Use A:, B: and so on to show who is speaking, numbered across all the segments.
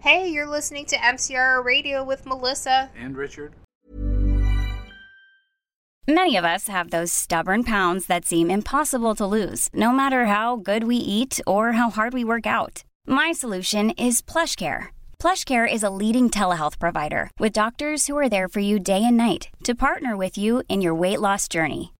A: Hey, you're listening to MCR Radio with Melissa.
B: And Richard.
C: Many of us have those stubborn pounds that seem impossible to lose, no matter how good we eat or how hard we work out. My solution is PlushCare. PlushCare is a leading telehealth provider with doctors who are there for you day and night to partner with you in your weight loss journey.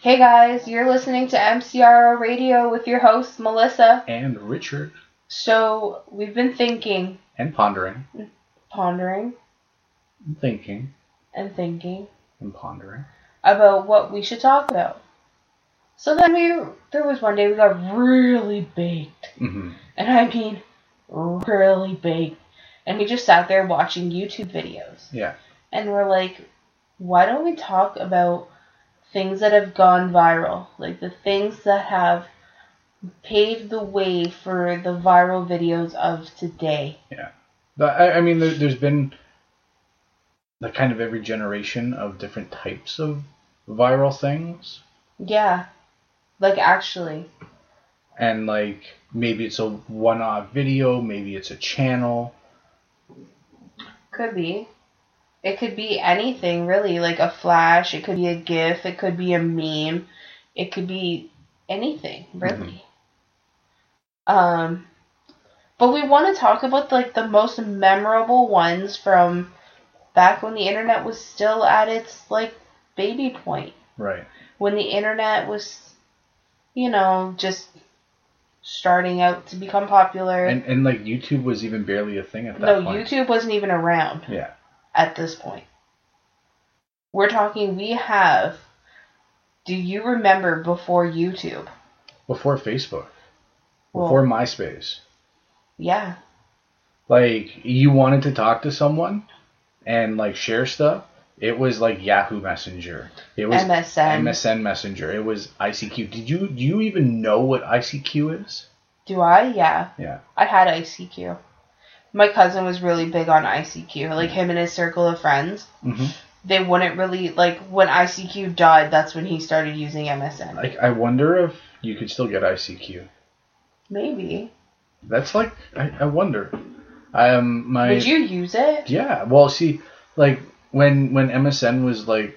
A: Hey guys, you're listening to MCR Radio with your host, Melissa.
B: And Richard.
A: So, we've been thinking,
B: And pondering.
A: pondering,
B: And thinking.
A: and thinking
B: And pondering.
A: about what we should talk about. So then we, there was one day we got really baked.
B: hmm
A: And I mean, really baked. And we just sat there watching YouTube videos.
B: Yeah.
A: and we're like, why don't we talk about things that have gone viral? Like the things that have paved the way for the viral videos of today.
B: Yeah. But I, I mean, there, there's been the kind of every generation of different types of viral things.
A: Yeah. Like, actually.
B: And, like, maybe it's a one off video, maybe it's a channel.
A: Could be. It could be anything, really. Like a flash, it could be a GIF, it could be a meme, it could be anything,
B: Mm-hmm.
A: really. Um, but we want to talk about like the most memorable ones from back when the internet was still at its like baby point,
B: Right.
A: when the internet was, you know, just starting out to become popular.
B: And, and, like, YouTube was even barely a thing at that
A: no,
B: point.
A: YouTube wasn't even around
B: Yeah.
A: at this point. We're talking, we have. Do you remember before YouTube?
B: Before Facebook.
A: Well-
B: Before MySpace.
A: Yeah.
B: like you wanted to talk to someone and like share stuff it was like yahoo messenger it was
A: MSN.
B: msn messenger it was icq did you do you even know what icq is
A: Do I? Yeah.
B: yeah
A: I had ICQ. My cousin was really big on ICQ. Like him and his circle of friends,
B: hmm
A: they wouldn't really like when ICQ died. That's when he started using MSN.
B: like i wonder if you could still get icq
A: Maybe.
B: that's like i, I wonder um my
A: Would you use it?
B: yeah well see like when when msn was like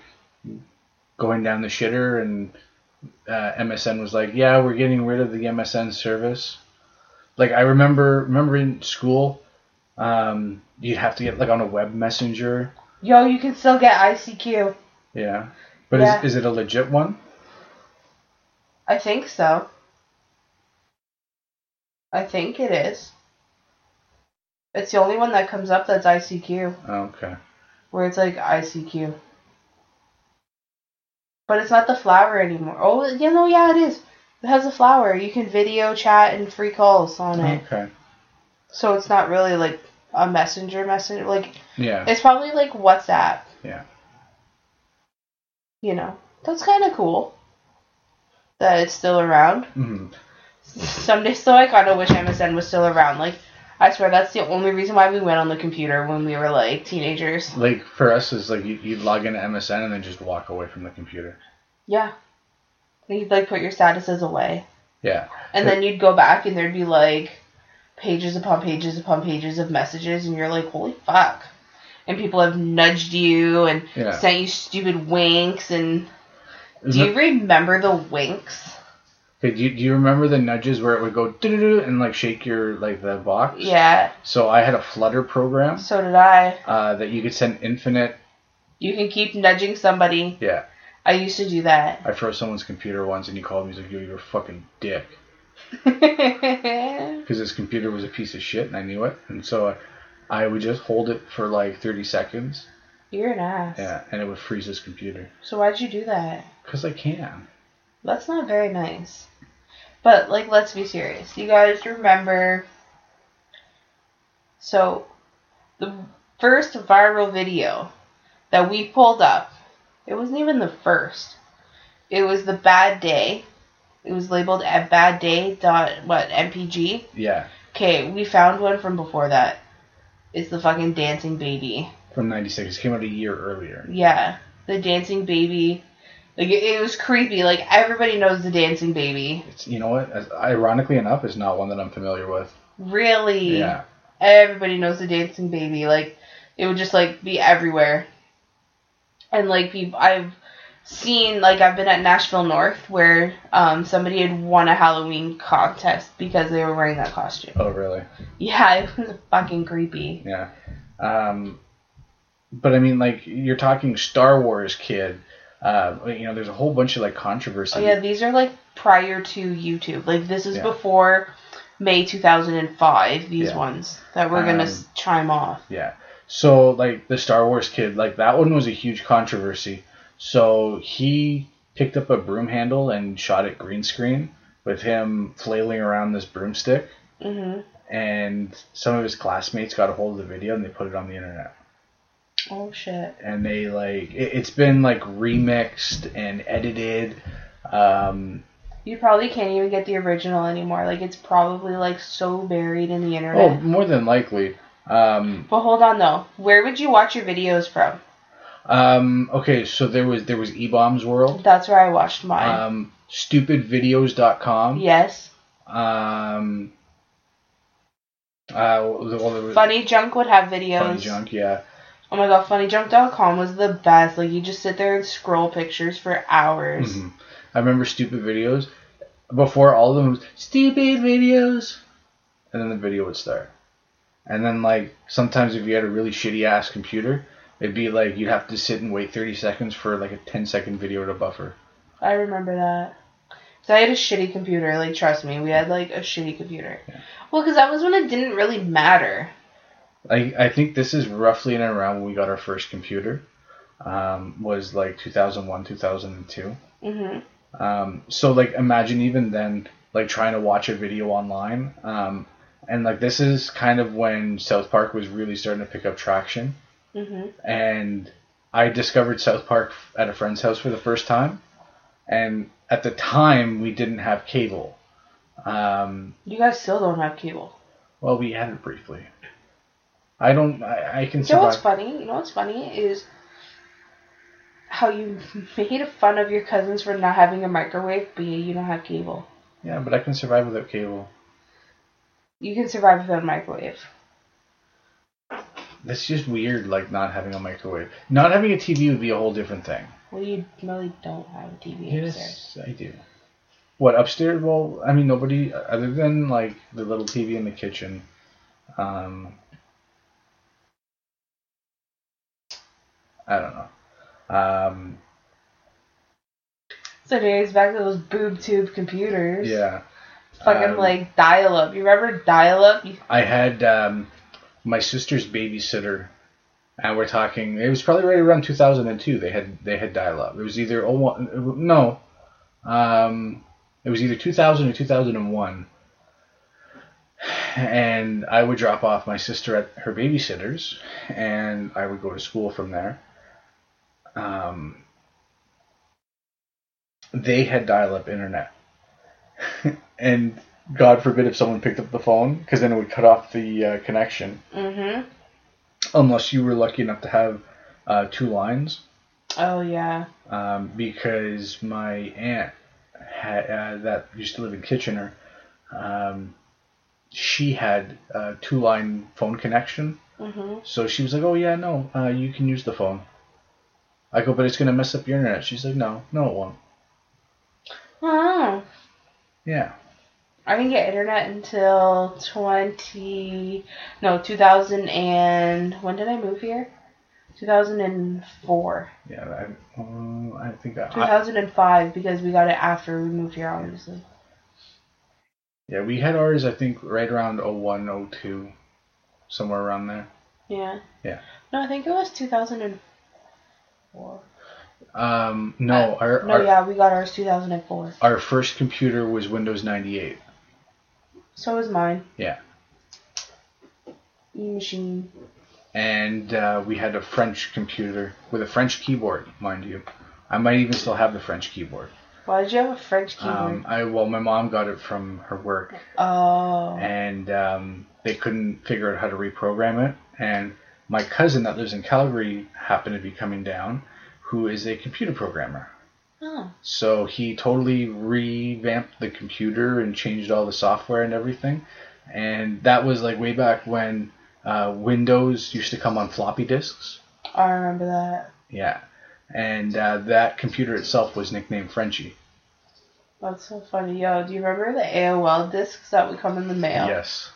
B: going down the shitter and uh, msn was like yeah we're getting rid of the msn service like i remember remember in school um, you'd have to get like on a web messenger
A: Yo, you can still get ICQ.
B: yeah but
A: Yeah.
B: Is, is it a legit one
A: I think so. I think it is. It's the only one that comes up that's ICQ,
B: okay
A: where it's like ICQ. But it's not the flower anymore. Oh, you know, yeah, it is. It has a flower. You can video chat and free calls on it.
B: okay
A: So it's not really like a messenger messenger. Like,
B: yeah
A: it's probably like WhatsApp,
B: yeah
A: you know. That's kind of cool that it's still around.
B: hmm
A: someday still I kind of wish MSN was still around. Like, I swear that's the only reason why we went on the computer when we were like teenagers.
B: like for us it's like you, you'd log into msn and then just walk away from the computer
A: Yeah. And You'd like put your statuses away,
B: yeah
A: and then you'd go back and there'd be like pages upon pages upon pages of messages, and you're like, holy fuck. And people have nudged you and
B: Yeah.
A: sent you stupid winks. And do
B: Isn't
A: you remember the winks?
B: Okay, do you, do you remember the nudges where it would go doo-doo-doo and like shake your like the box?
A: Yeah,
B: So I had a Flutter program
A: so did I.
B: uh, that you could send infinite.
A: You can keep nudging somebody
B: Yeah.
A: I used to do that.
B: I froze someone's computer once, and he called me. He's like, "Yo, you're a fucking dick," because his computer was a piece of shit, and I knew it. And so I, I would just hold it for like 30 seconds,
A: You're an ass.
B: yeah, and it would freeze his computer.
A: So why'd you do that?
B: Cause I can.
A: That's not very nice. But like let's be serious. You guys remember so the first viral video that we pulled up, it wasn't even the first. It was the bad day. It was labeled at bad day dot what MPG.
B: Yeah,
A: Okay, we found one from before that. It's the fucking dancing baby.
B: from '96. It came out a year earlier.
A: Yeah, the dancing baby. Like it, it was creepy. Like everybody knows the dancing baby.
B: It's you know what? As, ironically enough, it's not one that I'm familiar with.
A: Really?
B: Yeah,
A: Everybody knows the dancing baby. Like it would just like be everywhere. And like people I've seen like I've been at Nashville North where um somebody had won a Halloween contest because they were wearing that costume.
B: Oh, really?
A: Yeah, it was fucking creepy.
B: Yeah. Um, but I mean, like you're talking Star Wars kid. Uh, you know, there's a whole bunch of like controversy.
A: Oh yeah, these are like prior to YouTube. Like this is
B: Yeah.
A: before May 2005 these
B: Yeah.
A: ones that we're going to
B: Um,
A: s chime off.
B: Yeah. So like the Star Wars kid, like that one was a huge controversy. So he picked up a broom handle and shot it green screen with him flailing around this broomstick.
A: Mhm.
B: And some of his classmates got a hold of the video and they put it on the internet.
A: Oh shit.
B: and they like it, it's been like remixed and edited um
A: You probably can't even get the original anymore. Like it's probably like so buried in the
B: oh
A: internet.
B: more than likely um
A: But hold on though. Where would you watch your videos from?
B: um okay so there was there was e-bombs world
A: That's where I watched mine.
B: um stupidvideos.com
A: yes.
B: um uh well, there was
A: Funny Junk would have videos.
B: Funny junk yeah
A: Oh my god, funnyjunk.com was the best. Like you just sit there and scroll pictures for hours.
B: Mhm. i remember stupid videos before all of them was, stupid videos and then the video would start and then like sometimes if you had a really shitty ass computer it'd be like you'd have to sit and wait 30 seconds for like a 10 second video to buffer
A: I remember that. So I had a shitty computer. Like trust me, we had like a shitty computer. Well, 'cause Well, because that was when it didn't really matter.
B: i, I think this is roughly in and around when we got our first computer um, was like 2001 2002
A: Mhm.
B: um, so like imagine even then like trying to watch a video online um, and like this is kind of when south park was really starting to pick up traction
A: Mhm.
B: and I discovered South Park at a friend's house for the first time. And at the time, we didn't have cable. Um,
A: You guys still don't have cable.
B: well, we had it briefly. I don't. I, I can
A: You know what's
B: survive.
A: funny? You know what's funny is how you made fun of your cousins for not having a microwave, but you don't have cable.
B: Yeah, but I can survive without cable.
A: You can survive without a microwave.
B: That's just weird. Like not having a microwave. Not having a TV would be a whole different thing.
A: Well, you really don't have a TV upstairs.
B: Yes, I do. What upstairs? Well, I mean, nobody other than like the little TV in the kitchen. Um, I don't know. Um,
A: So days back to those boob tube computers.
B: yeah,
A: Fucking
B: um,
A: like dial up. You remember dial up?
B: I had um, my sister's babysitter, and we're talking. It was probably right around 2002. They had they had dial up. It was either oh one no, um, it was either 2000 or 2001. And I would drop off my sister at her babysitter's, and I would go to school from there. Um, they had dial-up internet, and God forbid if someone picked up the phone, because then it would cut off the uh, connection.
A: Mm hmm.
B: Unless you were lucky enough to have uh, two lines,
A: Oh, yeah.
B: um, because my aunt had, uh, that used to live in Kitchener, um, she had a two-line phone connection.
A: Mm hmm.
B: So she was like, "Oh yeah, no, uh, you can use the phone." I go, "But it's gonna mess up your internet." She's like, "No, no, it won't."
A: Oh.
B: Yeah,
A: I didn't get internet until 20. No, 2000. And when did I move here? 2004,
B: Yeah, I, um, I think I,
A: 2005, because we got it after we moved here, obviously.
B: yeah we had ours I think right around 01, 02, somewhere around there.
A: Yeah.
B: Yeah.
A: No, I think it was 2004.
B: Um, no, our
A: Uh, No,
B: our,
A: yeah, we got ours 2004.
B: our first computer was Windows ninety eight.
A: So was mine.
B: Yeah,
A: E machine.
B: and uh, we had a French computer with a French keyboard, mind you. I might even still have the French keyboard.
A: Why did you have a French keyboard?
B: Um, I well, my mom got it from her work,
A: oh.
B: and um, they couldn't figure out how to reprogram it. And my cousin that lives in Calgary happened to be coming down, who is a computer programmer.
A: oh.
B: So he totally revamped the computer and changed all the software and everything. And that was like way back when uh, Windows used to come on floppy disks.
A: I remember that.
B: Yeah. And uh, that computer itself was nicknamed Frenchie.
A: That's so funny. Yo, do you remember the AOL discs that would come in the mail?
B: Yes.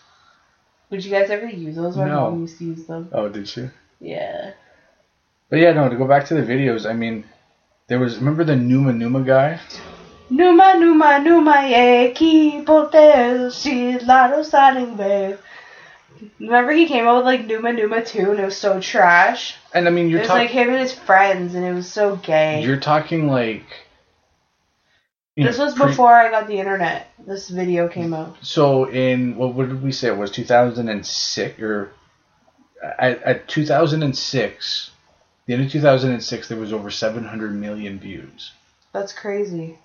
A: Would you guys ever use those? My
B: No.
A: mom used to use them.
B: Oh, did you?
A: Yeah.
B: But yeah, no, to go back to the videos, I mean, there was, remember the Numa Numa guy?
A: Numa, numa, numa, yeah, keep hotel, she's lotto signing, babe. Remember he came out with like Numa Numa 2 and it was so trash?
B: And I mean,
A: It
B: you're
A: was
B: talking.
A: like him and his friends and it was so gay.
B: you're talking like. you
A: This
B: know,
A: was
B: pre-
A: before I got the internet. This video came out.
B: So in what, what did we say it was 2006 or at, at 2006, the end of 2006, there was over 700 million views,
A: That's crazy.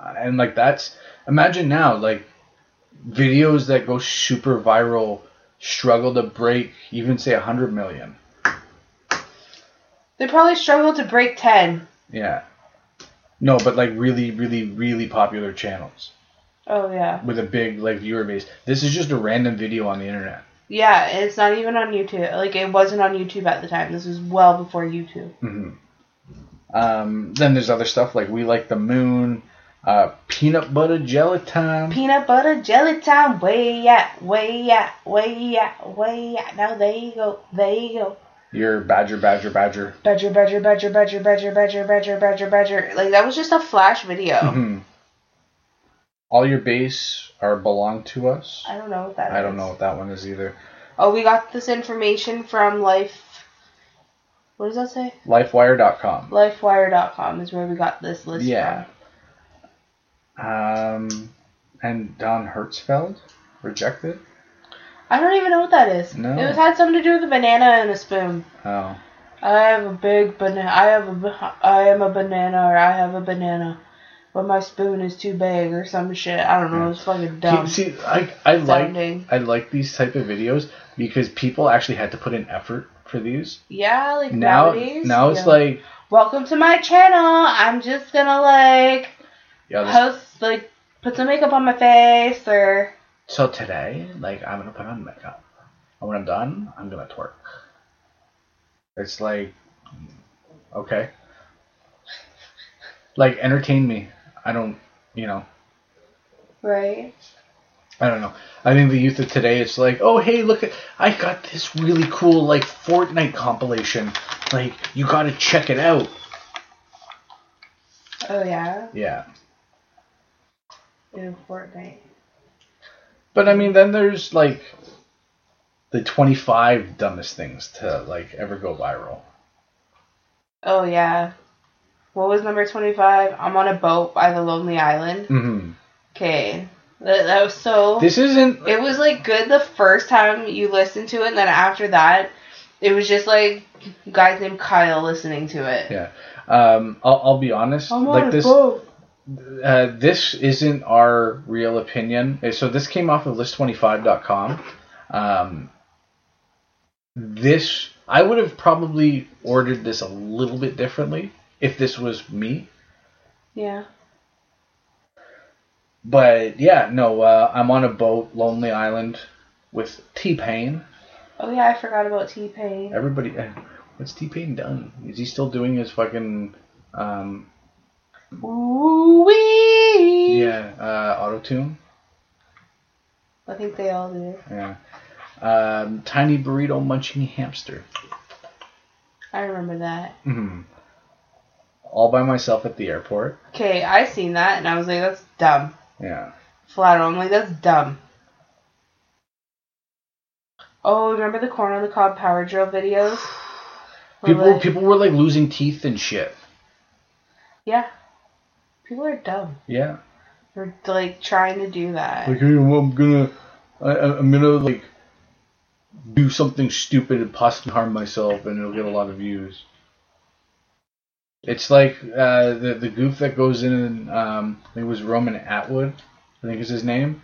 B: Uh, and like that's imagine now like videos that go super viral struggle to break even say 100 million.
A: They probably struggled to break 10.
B: Yeah, no, but like really, really, really popular channels
A: Oh, yeah.
B: with a big like viewer base. This is just a random video on the internet.
A: Yeah, it's not even on YouTube. Like, it wasn't on YouTube at the time. This was well before YouTube.
B: Um, then there's other stuff like We Like the Moon, uh, Peanut Butter Jelly Time.
A: Peanut butter jelly time, way out, way out, way out, way out. Now there you go, there you go.
B: Your Badger, Badger, Badger.
A: Badger, badger, badger, badger, badger, badger, badger, badger, badger. Like that was just a flash video.
B: Mhm. All your bass are belong to us.
A: I don't know what that is.
B: I don't know what that one is either.
A: Oh, we got this information from Life. What does that say?
B: Lifewire.com.
A: Lifewire.com is where we got this list
B: Yeah.
A: from.
B: Um, and Don Hertzfeld rejected.
A: I don't even know what that is.
B: No.
A: It was had something to do with a banana and a spoon.
B: Oh,
A: I have a big banana. I have a. ba- I am a banana, or I have a banana, but my spoon is too big, or some shit. I don't know. It's fucking dumb.
B: see, I I like
A: Sounding.
B: I like these type of videos because people actually had to put in effort for these.
A: yeah, like
B: Now
A: nowadays.
B: now it's
A: yeah.
B: like
A: Welcome to my channel. I'm just gonna like
B: yeah, this
A: post like put some makeup on my face, or
B: So today, like, I'm gonna put on makeup, and when I'm done, I'm gonna twerk. It's like, okay, like entertain me. I don't, you know,
A: right.
B: I don't know. I think the youth of today, it's like, oh hey, look at, I got this really cool like Fortnite compilation. Like, you gotta check it out.
A: Oh yeah,
B: Yeah.
A: in Fortnite.
B: But I mean, then there's like the 25 dumbest things to like ever go viral.
A: Oh yeah. What was number twenty five? I'm on a boat by the lonely island.
B: hmm
A: Okay, that, that was so.
B: This isn't.
A: It was like good the first time you listened to it, and then after that, it was just like guys named Kyle listening to it.
B: Yeah. Um, I'll, I'll be honest. like this, uh, this isn't our real opinion. Uh, So this came off of list25.com. Um, this I would have probably ordered this a little bit differently if this was me.
A: Yeah.
B: But yeah, no, uh, I'm on a boat, Lonely Island, with T Pain.
A: Oh yeah, I forgot about T Pain.
B: Everybody, eh, what's T Pain done? Is he still doing his fucking um,
A: Ooh wee.
B: yeah uh, auto tune?
A: I think they all do.
B: Yeah. Um, tiny burrito munching hamster.
A: I remember that.
B: Mhm. All by myself at the airport.
A: Okay, I seen that and I was like, that's dumb.
B: Yeah.
A: Flat out, I'm like, that's dumb. Oh, remember the corn on the cob power drill videos? Where
B: People
A: like-
B: people were like losing teeth and shit.
A: yeah. People are dumb.
B: Yeah.
A: They're like trying to do that.
B: Like hey, well, I'm gonna I, I- I'm gonna like do something stupid and possibly harm myself, and it'll get a lot of views. It's like uh, the the goof that goes in. And, um, I think it was Roman Atwood, I think is his name,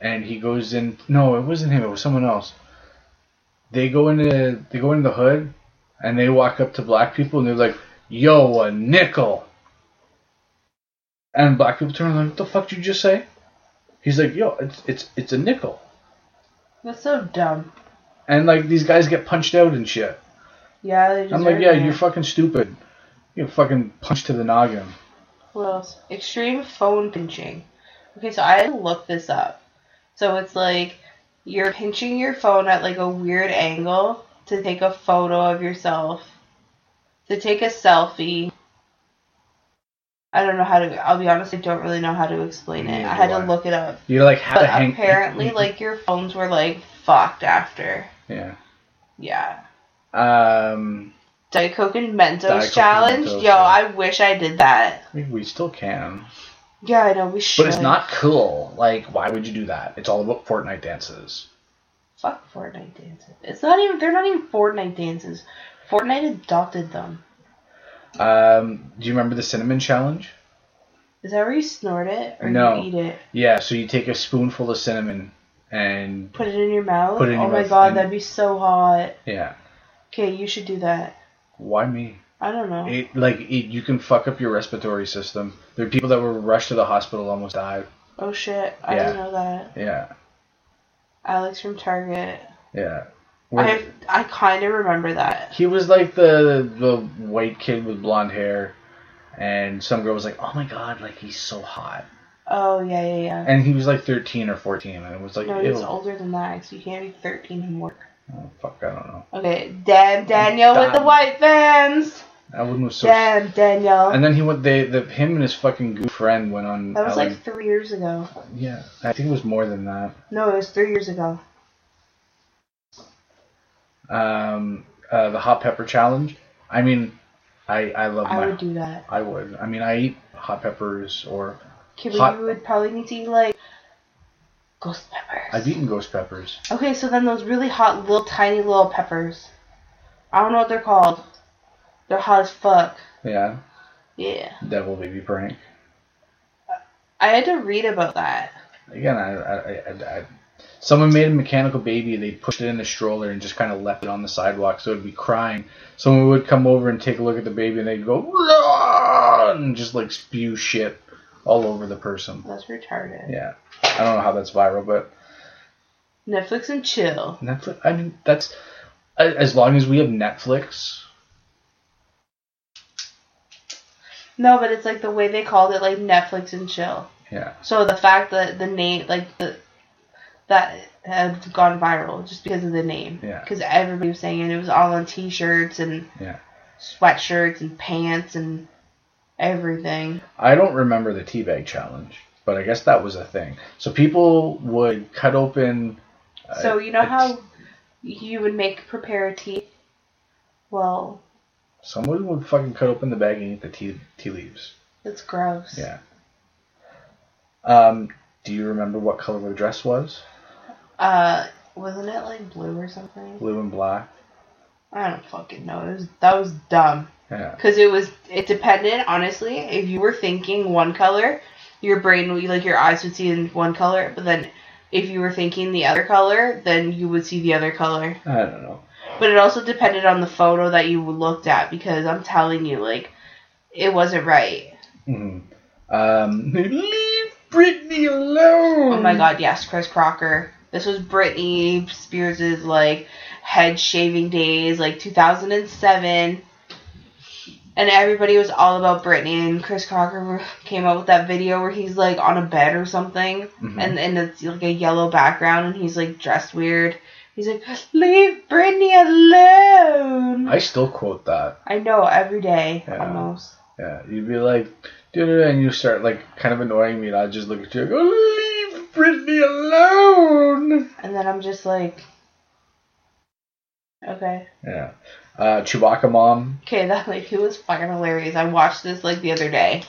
B: and he goes in. No, it wasn't him. It was someone else. They go into they go into the hood, and they walk up to black people, and they're like, "Yo, a nickel." And black people turn around like, "What the fuck did you just say?" He's like, "Yo, it's it's it's a nickel."
A: That's so dumb.
B: And like these guys get punched out and shit.
A: Yeah, they
B: I'm like,
A: deserve
B: yeah,
A: it.
B: you're fucking stupid. You fucking punch to the noggin.
A: What else? Extreme phone pinching. Okay, so I had to look this up. So it's like you're pinching your phone at like a weird angle to take a photo of yourself, to take a selfie. I don't know how to. I'll be honest, I don't really know how to explain it.
B: Neither
A: I had to
B: do I.
A: look it up.
B: You like had
A: But
B: to hang.
A: apparently, like your phones were like fucked after.
B: yeah.
A: Yeah.
B: Um,
A: Diet Coke and
B: Diet Coke
A: Mentos
B: and
A: challenge.
B: Mentos,
A: Yo,
B: yeah.
A: I wish I did that.
B: I think we still can,
A: Yeah, I know we should.
B: but it's not cool. Like, why would you do that? It's all about Fortnite dances.
A: Fuck Fortnite dances. It's not even. They're not even Fortnite dances. Fortnite adopted them.
B: Um, do you remember the cinnamon challenge?
A: Is that where you snort it or
B: No.
A: you eat it?
B: Yeah. So you take a spoonful of cinnamon, and
A: Put it in your mouth.
B: Put it in
A: oh
B: your
A: my
B: mouth
A: god,
B: and-
A: that'd be so hot.
B: yeah.
A: Okay, you should do that.
B: Why me?
A: I don't know.
B: It like it, you can fuck up your respiratory system. There are people that were rushed to the hospital, almost died.
A: oh shit, I
B: Yeah.
A: didn't know that.
B: Yeah.
A: Alex from Target.
B: Yeah.
A: I have, I kind of remember that.
B: He was like the the white kid with blonde hair, and some girl was like, "Oh my god, like he's so hot,"
A: Oh yeah, yeah, yeah.
B: and he was like thirteen or fourteen, and it was like,
A: No,
B: "Ew."
A: he's older than that, so you can't be 13 and work.
B: Oh, fuck, I don't know.
A: Okay, damn Daniel with the
B: Damn.
A: white vans.
B: That one was so.
A: Damn Daniel.
B: And then he went. They the him and his fucking good friend went on.
A: that was
B: Ellen-
A: like three years ago.
B: yeah, I think it was more than that.
A: No, it was three years ago.
B: Um, uh, the hot pepper challenge. I mean, I I love
A: I
B: Oh my.
A: would do that.
B: I would. I mean, I eat hot peppers or
A: Okay, but
B: Hot-
A: you would probably need to eat like ghost peppers.
B: I've eaten ghost peppers.
A: Okay, so then those really hot little tiny little peppers. I don't know what they're called. They're hot as fuck.
B: Yeah,
A: Yeah.
B: devil baby prank.
A: I had to read about that.
B: Again, I, I, I, I, someone made a mechanical baby. They pushed it in a stroller and just kind of left it on the sidewalk, so it'd be crying. Someone would come over and take a look at the baby, and they'd go "Run!" and just like spew shit all over the person.
A: That's retarded.
B: Yeah, I don't know how that's viral, but
A: Netflix and chill.
B: Netflix. I mean, that's a- as long as we have Netflix.
A: No, but it's like the way they called it, like Netflix and chill.
B: Yeah,
A: So the fact that the name, like the, that had gone viral just because of the name.
B: Yeah.
A: Because everybody was saying it. It was all on T-shirts and
B: yeah.
A: sweatshirts and pants and everything.
B: I don't remember the teabag challenge, but I guess that was a thing. So people would cut open. uh,
A: So you know
B: a-
A: how you would make prepare a tea. Well,
B: Someone would fucking cut open the bag and eat the tea, tea leaves.
A: that's gross.
B: Yeah. Um, do you remember what color the dress was?
A: Uh, wasn't it like blue or something?
B: Blue and black.
A: I don't fucking know. It was that was dumb.
B: Yeah.
A: Cause it was it depended honestly. If you were thinking one color, your brain would like your eyes would see in one color, but then if you were thinking the other color, then you would see the other color.
B: I don't know.
A: But it also depended on the photo that you looked at because I'm telling you, like, it wasn't right.
B: hmm Um, leave Britney alone.
A: Oh my god, yes, Chris Crocker. This was Britney Spears' like head shaving days, like 2007. And everybody was all about Britney, and Chris Crocker came out with that video where he's like on a bed or something,
B: Mhm.
A: and and it's like a yellow background, and he's like dressed weird, He's like, leave Brittany alone.
B: I still quote that.
A: I know every day
B: Yeah.
A: almost.
B: Yeah, you'd be like, dude, and you start like kind of annoying me, and I just look at you and go, leave Brittany alone.
A: And then I'm just like, okay,
B: Yeah. Uh, Chewbacca mom.
A: okay, that like it was fucking hilarious. I watched this like the other day.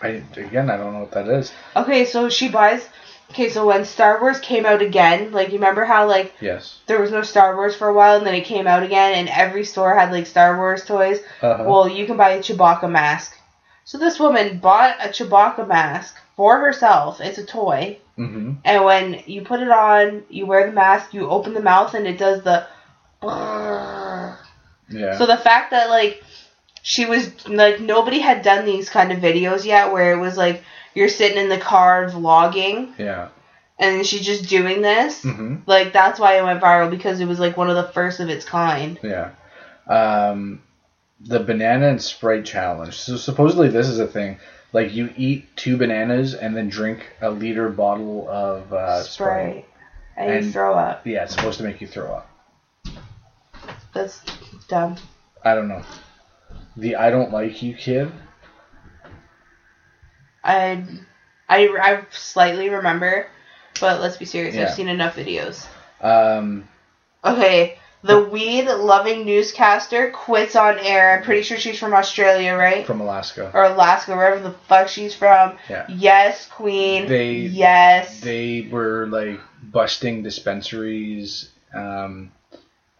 B: I again, I don't know what that is.
A: Okay, so she buys. Okay, so when Star Wars came out again, like you remember how like
B: Yes.
A: there was no Star Wars for a while, and then it came out again, and every store had like Star Wars toys.
B: Uh-huh.
A: Well, you can buy a Chewbacca mask. So this woman bought a Chewbacca mask for herself. It's a toy,
B: mm-hmm.
A: and when you put it on, you wear the mask, you open the mouth, and it does the.
B: Yeah.
A: So the fact that like she was like nobody had done these kind of videos yet, where it was like you're sitting in the car vlogging,
B: yeah.
A: and she's just doing this.
B: Mm-hmm.
A: Like that's why it went viral because it was like one of the first of its kind.
B: Yeah. Um, the banana and Sprite challenge. So supposedly this is a thing. Like you eat two bananas and then drink a liter bottle of uh, Sprite.
A: Sprite. And, you
B: And-
A: throw up.
B: Yeah, it's supposed to make you throw up.
A: That's dumb.
B: I don't know. The I don't like you kid.
A: I, I, I slightly remember, but let's be serious.
B: Yeah.
A: I've seen enough videos.
B: Um,
A: Okay, the weed loving newscaster quits on air. I'm pretty sure she's from Australia, right?
B: from Alaska.
A: or Alaska, wherever the fuck she's from.
B: Yeah.
A: Yes, Queen.
B: They-
A: yes.
B: they were like busting dispensaries um,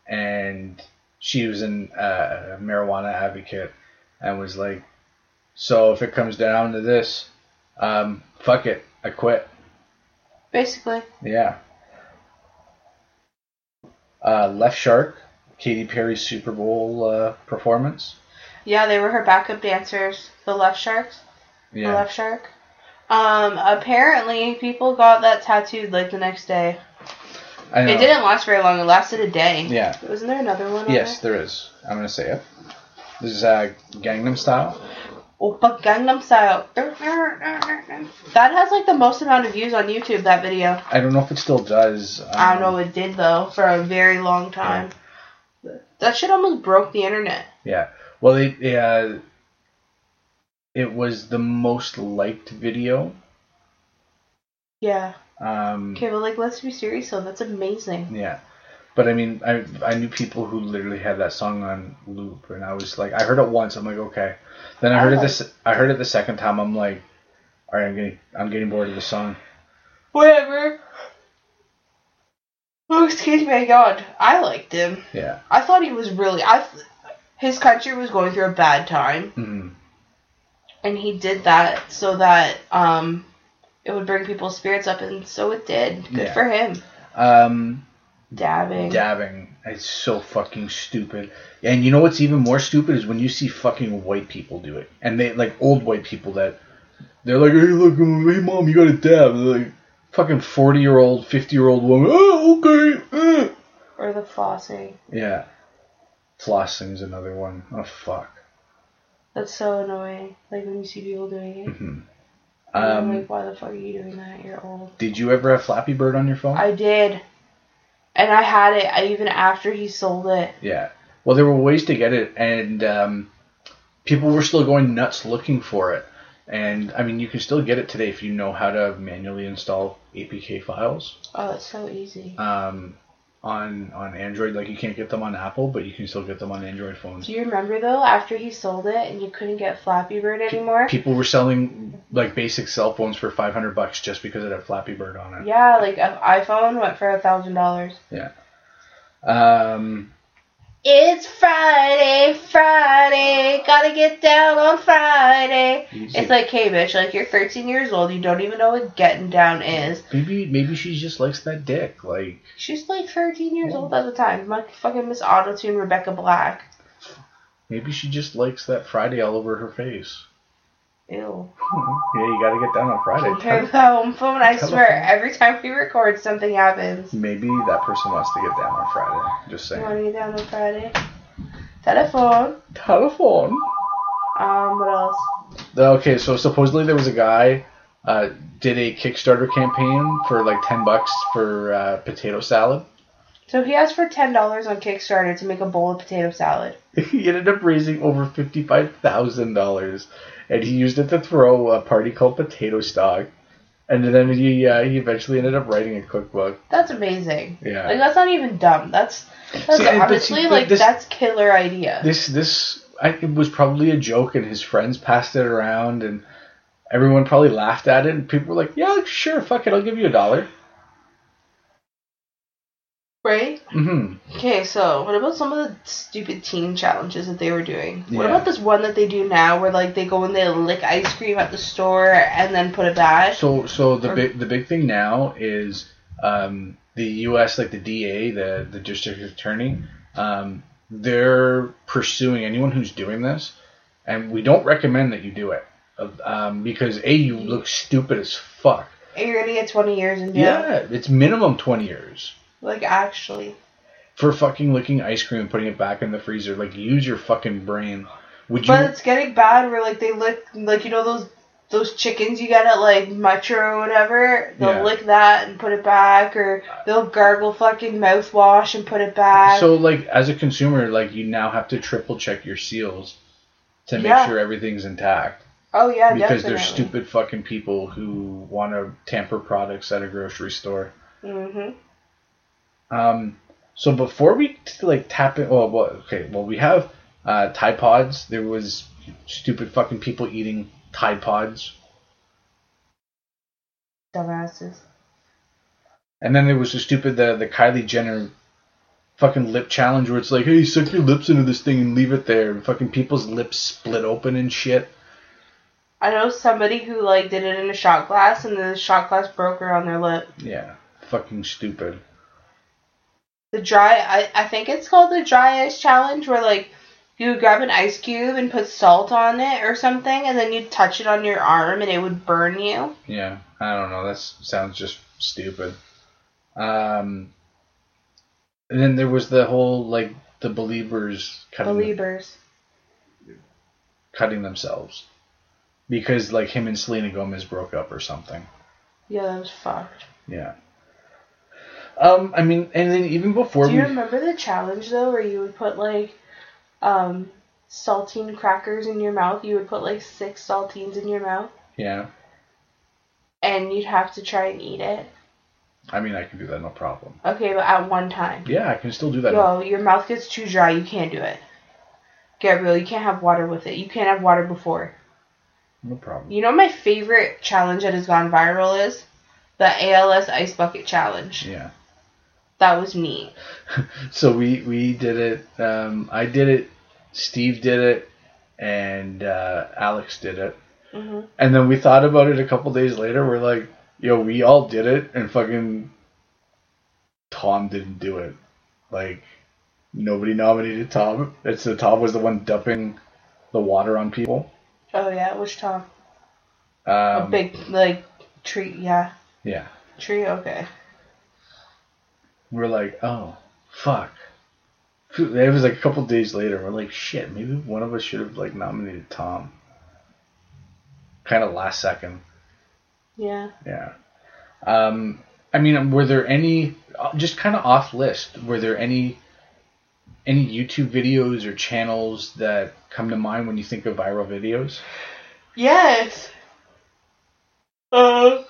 B: and she was an uh, marijuana advocate and was like so if it comes down to this um, fuck it i quit
A: Basically,
B: yeah uh, left shark Katy Perry's Super Bowl uh, performance.
A: yeah, they were her backup dancers, the Left Sharks, the
B: Yeah.
A: Left Shark. Um, apparently people got that tattooed like the next day.
B: I know.
A: It didn't last very long. It lasted a day.
B: Yeah.
A: Wasn't there another one? on
B: Yes, there is. I'm going to say it. This is uh, Gangnam Style.
A: there? Oppa Oh, Gangnam Style. That has like the most amount of views on YouTube. That video.
B: I don't know if it still does. Um,
A: I don't know. It did though for a very long time. That shit almost broke the internet.
B: Yeah. Well, it uh, it was the most liked video.
A: Yeah.
B: Um,
A: Okay, but like, let's be serious though. That's amazing.
B: Yeah. But I mean, I I knew people who literally had that song on loop, and I was like, I heard it once. I'm like, okay. Then I
A: I
B: heard it
A: like-
B: this. I heard it the second time. I'm like, all right, I'm getting I'm getting bored of the song.
A: Whatever. Oh, excuse me, God. I liked him.
B: Yeah.
A: I thought he was really. I. th- His country was going through a bad time,
B: Mm.
A: and he did that so that um, it would bring people's spirits up, and so it did. Good
B: Yeah.
A: for him.
B: Um,
A: Dabbing.
B: dabbing. It's so fucking stupid. And you know what's even more stupid is when you see fucking white people do it, and they like old white people that they're like, hey look, hey mom, you got to dab. And they're like fucking forty year old, fifty year old woman. Oh okay. eh."
A: or the flossing.
B: Yeah, flossing is another one. Oh fuck.
A: That's so annoying. Like when you see people doing it,
B: Mhm.
A: I'm
B: Um,
A: like, why the fuck are you doing that? You're old.
B: did you ever have Flappy Bird on your phone?
A: I did, and I had it I, even after he sold it.
B: Yeah. Well, there were ways to get it, and um, people were still going nuts looking for it. And I mean, you can still get it today if you know how to manually install APK files
A: Oh, it's so easy.
B: um, on on Android. Like you can't get them on Apple, but you can still get them on Android phones.
A: Do you remember though, after he sold it and you couldn't get Flappy Bird anymore?
B: People were selling like basic cell phones for 500 bucks just because it had Flappy Bird on it.
A: Yeah, like an iPhone went for a thousand dollars.
B: Um,
A: It's Friday, Friday, gotta get down on Friday. It's like, hey, bitch, like you're 13 years old, you don't even know what getting down is.
B: maybe maybe she just likes that dick. Like
A: She's like 13 years old at the time. My fucking Miss Autotune Rebecca Black.
B: maybe she just likes that Friday all over her face.
A: Ew.
B: Yeah, you gotta get down on Friday.
A: Compare with that home phone, I
B: Tell-
A: swear, every time we record, something happens.
B: Maybe that person wants to get down on Friday. Just
A: You
B: saying.
A: wanna get down on Friday? Telephone.
B: Telephone.
A: Um, what else?
B: Okay, so supposedly there was a guy uh, did a Kickstarter campaign for like ten bucks for uh, potato salad,
A: So he asked for ten dollars on Kickstarter to make a bowl of potato salad.
B: he ended up raising over $55,000 and he used it to throw a party called Potato Stock. And then he uh, he eventually ended up writing a cookbook.
A: That's amazing.
B: Yeah.
A: Like that's not even dumb. That's that's
B: See, and- but
A: honestly
B: see, but
A: like
B: this-
A: that's killer idea.
B: This this I, it was probably a joke and his friends passed it around and everyone probably laughed at it and people were like, "Yeah, sure, fuck it, I'll give you a dollar."
A: right?
B: Mhm.
A: Okay, so what about some of the stupid teen challenges that they were doing? What
B: Yeah.
A: about this one that they do now where like they go and they lick ice cream at the store and then put it back?
B: So so the
A: Or-
B: big the big thing now is um, the U.S. like the DA the the district attorney um, they're pursuing anyone who's doing this, and we don't recommend that you do it um, because a you look stupid as fuck.
A: And you're gonna get twenty years in jail.
B: Yeah, it's minimum twenty years
A: Like actually.
B: for fucking licking ice cream and putting it back in the freezer. Like use your fucking brain. Would you?
A: But it's getting bad where like they lick like you know those those chickens you get at like Metro or whatever, they'll
B: Yeah.
A: lick that and put it back or they'll gargle fucking mouthwash and put it back.
B: So like as a consumer, like you now have to triple check your seals to make
A: Yeah.
B: sure everything's intact.
A: oh yeah,
B: because
A: definitely.
B: they're stupid fucking people who want to tamper products at a grocery store.
A: Mhm.
B: Um, so before we like tap it, well, well okay, well we have uh, Tide Pods. There was stupid fucking people eating Tide Pods,
A: Dumbasses.
B: and then there was the stupid the the Kylie Jenner fucking lip challenge where it's like, hey, suck your lips into this thing and leave it there, and fucking people's lips split open and shit.
A: I know somebody who like did it in a shot glass and the shot glass broke her on their lip.
B: Yeah, fucking stupid.
A: The dry I, I think it's called the dry ice challenge where like you would grab an ice cube and put salt on it or something and then you'd touch it on your arm and it would burn you.
B: Yeah, I don't know. That sounds just stupid. Um, and then there was the whole like the believers cutting
A: Believers.
B: cutting themselves because like him and Selena Gomez broke up or something.
A: Yeah, that was fucked.
B: Yeah. Um, I mean, and then even before
A: Do
B: we,
A: you remember the challenge though, where you would put like um, saltine crackers in your mouth? You would put like six saltines in your mouth,
B: yeah,
A: and you'd have to try and eat it.
B: I mean, I can do that no problem.
A: Okay, but at one time.
B: Yeah, I can still do that.
A: Yo, your mouth gets too dry. You can't do it. Get real. You can't have water with it. You can't have water before.
B: No problem.
A: You know my favorite challenge that has gone viral is the ALS ice bucket challenge.
B: Yeah.
A: That was me.
B: So we we did it. Um, I did it. Steve did it, and uh, Alex did it.
A: hmm
B: And then we thought about it a couple days later. We're like, yo, we all did it, and fucking Tom didn't do it. Like, nobody nominated Tom. It's the Tom was the one dumping the water on people.
A: Oh yeah, which Tom?
B: Um,
A: A big like tree. Yeah,
B: Yeah.
A: tree. Okay.
B: We're like, oh, fuck. It was like a couple days later. We're like, shit, maybe one of us should have like nominated Tom. Kind of last second.
A: Yeah.
B: Yeah. Um, I mean, were there any uh, just kind of off list? Were there any any YouTube videos or channels that come to mind when you think of viral videos?
A: Yes. Uh,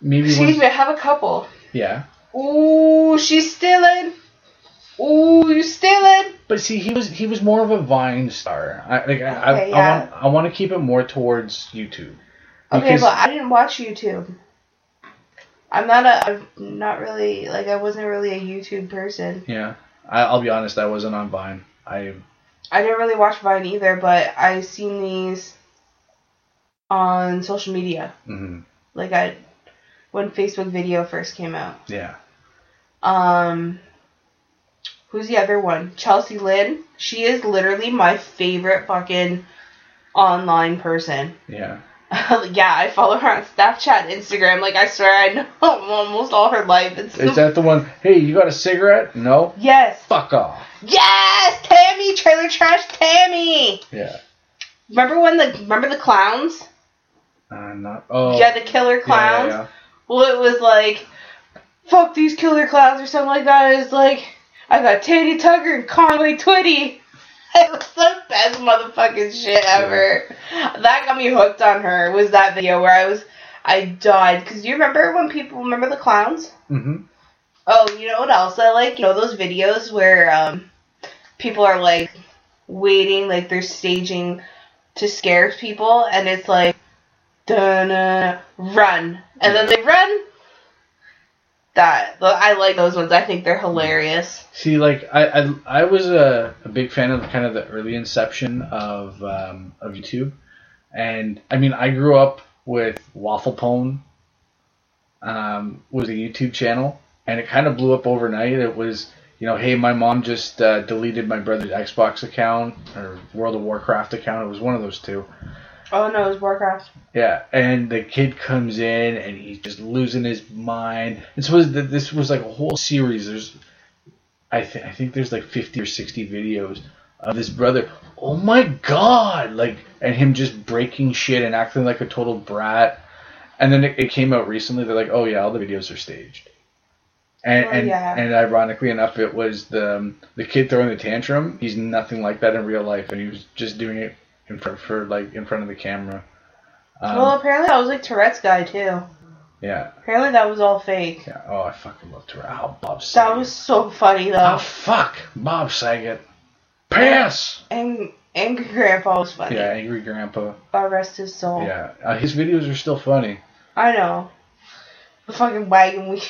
B: Maybe
A: excuse
B: one.
A: me, I have a couple.
B: Yeah.
A: Ooh, she's stealing. Ooh, you stealing.
B: But see, he was he was more of a Vine star. I like I,
A: Okay,
B: I,
A: yeah.
B: I want I want to keep it more towards YouTube.
A: Okay,
B: Because-
A: but I didn't watch YouTube. I'm not a, I'm not really, like, I wasn't really a YouTube person.
B: yeah, I, I'll be honest, I wasn't on Vine. I
A: I didn't really watch Vine either, but I seen these on social media.
B: mhm,
A: Like, I, when Facebook video first came out.
B: yeah
A: Um, who's the other one? Chelsea Lynn. She is literally my favorite fucking online person.
B: yeah.
A: yeah, I follow her on Snapchat, Instagram. Like I swear, I know almost all her life. It's
B: Is that the one? Hey, you got a cigarette? No.
A: yes,
B: Fuck off.
A: yes, Tammy, trailer trash, Tammy.
B: Yeah.
A: Remember when the remember the clowns?
B: Uh, not. Oh.
A: Yeah, the killer
B: Yeah, yeah,
A: clowns.
B: yeah.
A: Well, it was like fuck these killer clowns or something like that. It's like, I got Teddy Tucker and Conway Twitty. It was the best motherfucking shit ever. That got me hooked on her. Was that video where I was, I died. Cause you remember when people remember the clowns?
B: Mm-hmm.
A: Oh, you know what else I like? You know those videos where um, people are like waiting, like they're staging to scare people, and it's like, dun run, and then they run. That I like those ones. I think they're hilarious.
B: See, like I, I, I was a, a big fan of kind of the early inception of um, of YouTube, and I mean I grew up with Waffle Pone, um, was a YouTube channel, and it kind of blew up overnight. It was you know, hey, my mom just uh, deleted my brother's Xbox account or World of Warcraft account. It was one of those two.
A: Oh no, it was Warcraft.
B: Yeah, and the kid comes in and he's just losing his mind. This was th- this was like a whole series. There's, I think I think there's like fifty or sixty videos of this brother. Oh my god! Like and him just breaking shit and acting like a total brat. And then it, it came out recently. They're like, oh yeah, all the videos are staged. And
A: Oh,
B: and,
A: yeah.
B: and ironically enough, it was the um, the kid throwing the tantrum. He's nothing like that in real life, and he was just doing it in front for like in front of the camera. Um,
A: well, apparently I was like Tourette's guy too.
B: yeah.
A: Apparently that was all fake.
B: Yeah. Oh, I fucking love Toronto. Oh, Bob Saget.
A: That was uh, so funny
B: Oh,
A: though.
B: fuck. Bob Saget. Pass!
A: And Angry Grandpa was funny.
B: Yeah, Angry Grandpa.
A: God rest his soul.
B: Yeah. Uh, his videos are still funny.
A: I know. The fucking wagon wheel.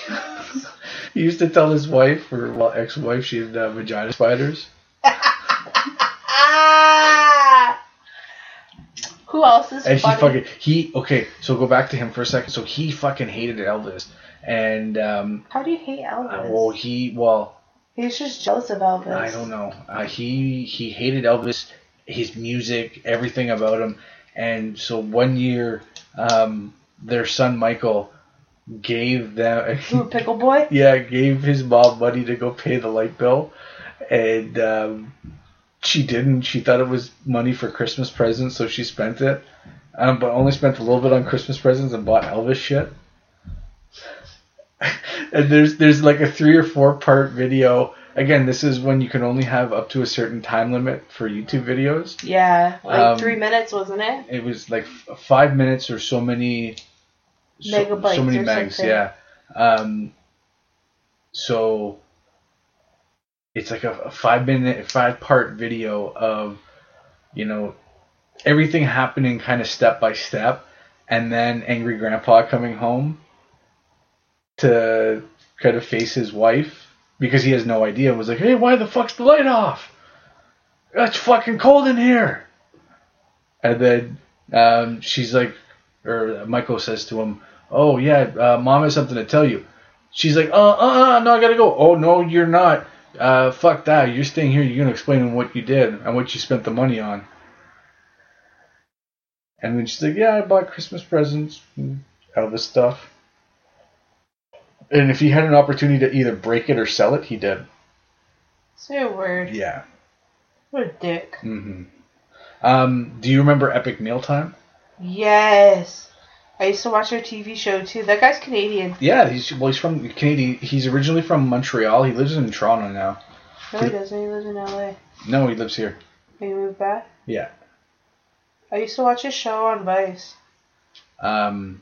B: He used to tell his wife, or well, ex wife, she had uh, vagina spiders.
A: ah! Who else is
B: and
A: funny?
B: he fucking. He. Okay, so go back to him for a second. So he fucking hated Elvis. And, um.
A: How do you hate Elvis?
B: Well, he. Well,
A: He's just jealous of Elvis.
B: I don't know. Uh, he he hated Elvis, his music, everything about him, and so one year, um, their son Michael gave them,
A: Who, Pickle Boy?
B: yeah, gave his mom money to go pay the light bill, and um, she didn't. She thought it was money for Christmas presents, so she spent it, um, but only spent a little bit on Christmas presents and bought Elvis shit. and there's there's like a three or four part video. Again, this is when you can only have up to a certain time limit for YouTube videos
A: Yeah, like
B: Um,
A: three minutes, wasn't it?
B: it was like f- five minutes or so many so,
A: Megabytes
B: so many
A: or
B: megs
A: something.
B: yeah um so it's like a, a five minute five part video of you know everything happening kind of step by step and then angry grandpa coming home to kind of face his wife because he has no idea and was like hey why the fuck's the light off it's fucking cold in here and then um, she's like, or Michael says to him, "Oh yeah, uh, mom has something to tell you." She's like, "Uh, uh, uh no, I gotta go." "Oh no, you're not. Uh, fuck that. You're staying here. You're gonna explain what you did and what you spent the money on." And then she's like, "Yeah, I bought Christmas presents, and Elvis stuff." And if he had an opportunity to either break it or sell it, he did.
A: Say a word.
B: Yeah.
A: What a dick.
B: hmm Um, do you remember Epic Mealtime?
A: Yes. I used to watch their TV show too. That guy's Canadian.
B: Yeah, he's well, he's from Canadian. He's originally from Montreal. He lives in Toronto now.
A: No, he doesn't. He lives in LA.
B: No, he lives here.
A: He moved back.
B: Yeah.
A: I used to watch his show on Vice.
B: Um.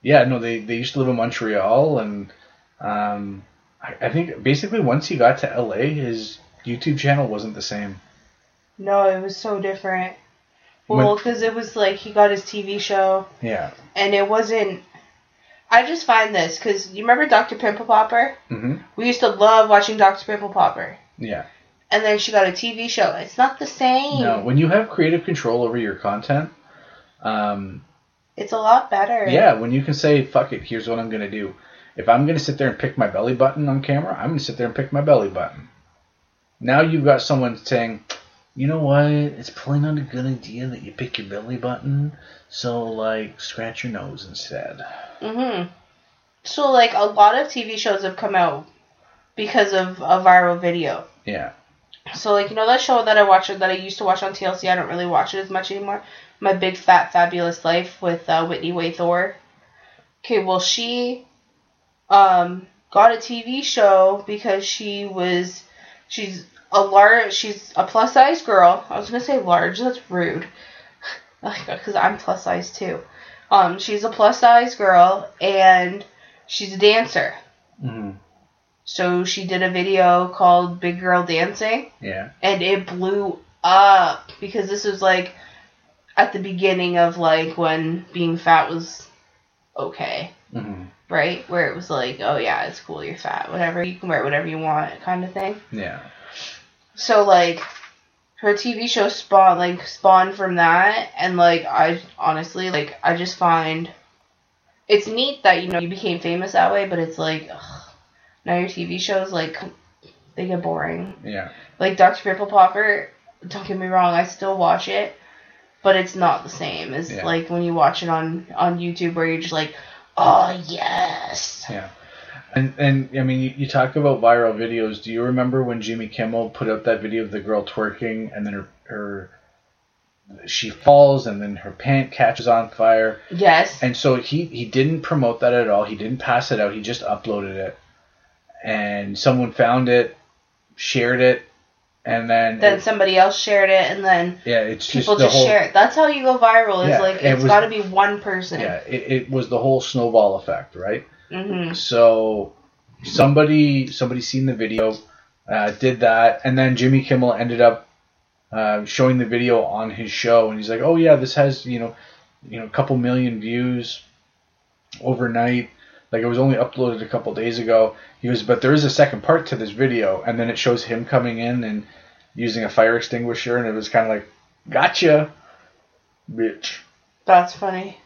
B: Yeah, no, they they used to live in Montreal, and um, I, I think basically once he got to LA, his YouTube channel wasn't the same.
A: No, it was so different.
B: When-
A: Well, because it was like he got his TV show,
B: Yeah.
A: and it wasn't. I just find this because you remember Dr. Pimple Popper?
B: hmm
A: We used to love watching Dr. Pimple Popper,
B: Yeah.
A: and then she got a TV show. It's not the same.
B: No, when you have creative control over your content, um,
A: It's a lot better.
B: yeah, when you can say "fuck it," here's what I'm gonna do. If I'm gonna sit there and pick my belly button on camera, I'm gonna sit there and pick my belly button. Now you've got someone saying, "You know what? It's probably not a good idea that you pick your belly button, so like scratch your nose instead."
A: Mhm. So like a lot of TV shows have come out because of a viral video.
B: Yeah,
A: So like you know that show that I watch that I used to watch on TLC. I don't really watch it as much anymore. My Big Fat Fabulous Life with uh, Whitney Waythor. Okay, well she um, got a TV show because she was she's a large she's a plus size girl. I was gonna say large. That's rude. Because I'm plus size too. Um, she's a plus size girl and she's a dancer.
B: hmm
A: So she did a video called Big Girl Dancing
B: Yeah.
A: and it blew up because this was like at the beginning of like when being fat was okay,
B: hmm
A: right? Where it was like, oh yeah, it's cool, you're fat, whatever, you can wear whatever you want, kind of thing.
B: Yeah.
A: So like her TV show spawned like spawned from that, and like I honestly like I just find it's neat that you know you became famous that way, but it's like ugh, now your TV shows like they get boring
B: Yeah.
A: like Dr. Pimple Popper, don't get me wrong, I still watch it, but it's not the same as
B: Yeah.
A: like when you watch it on on YouTube where you're just like, oh yes.
B: Yeah. And and I mean, you, you talk about viral videos. Do you remember when Jimmy Kimmel put out that video of the girl twerking and then her, her she falls and then her pant catches on fire?
A: Yes.
B: And so he he didn't promote that at all. He didn't pass it out. He just uploaded it, and someone found it, shared it, and then
A: then
B: it-
A: somebody else shared it, and then
B: yeah, it's just
A: people
B: the
A: just
B: whole
A: share it. That's how you go viral. Is
B: Yeah,
A: like
B: it
A: it's
B: was-
A: got to be one person.
B: yeah, it, it was the whole snowball effect, right?
A: hmm
B: So somebody somebody seen the video, uh, did that, and then Jimmy Kimmel ended up uh, showing the video on his show, and he's like, "Oh yeah, this has you know, you know, a couple million views overnight. Like it was only uploaded a couple days ago." He was, but there is a second part to this video, and then it shows him coming in and using a fire extinguisher, and it was kind of like, "Gotcha, bitch."
A: That's funny.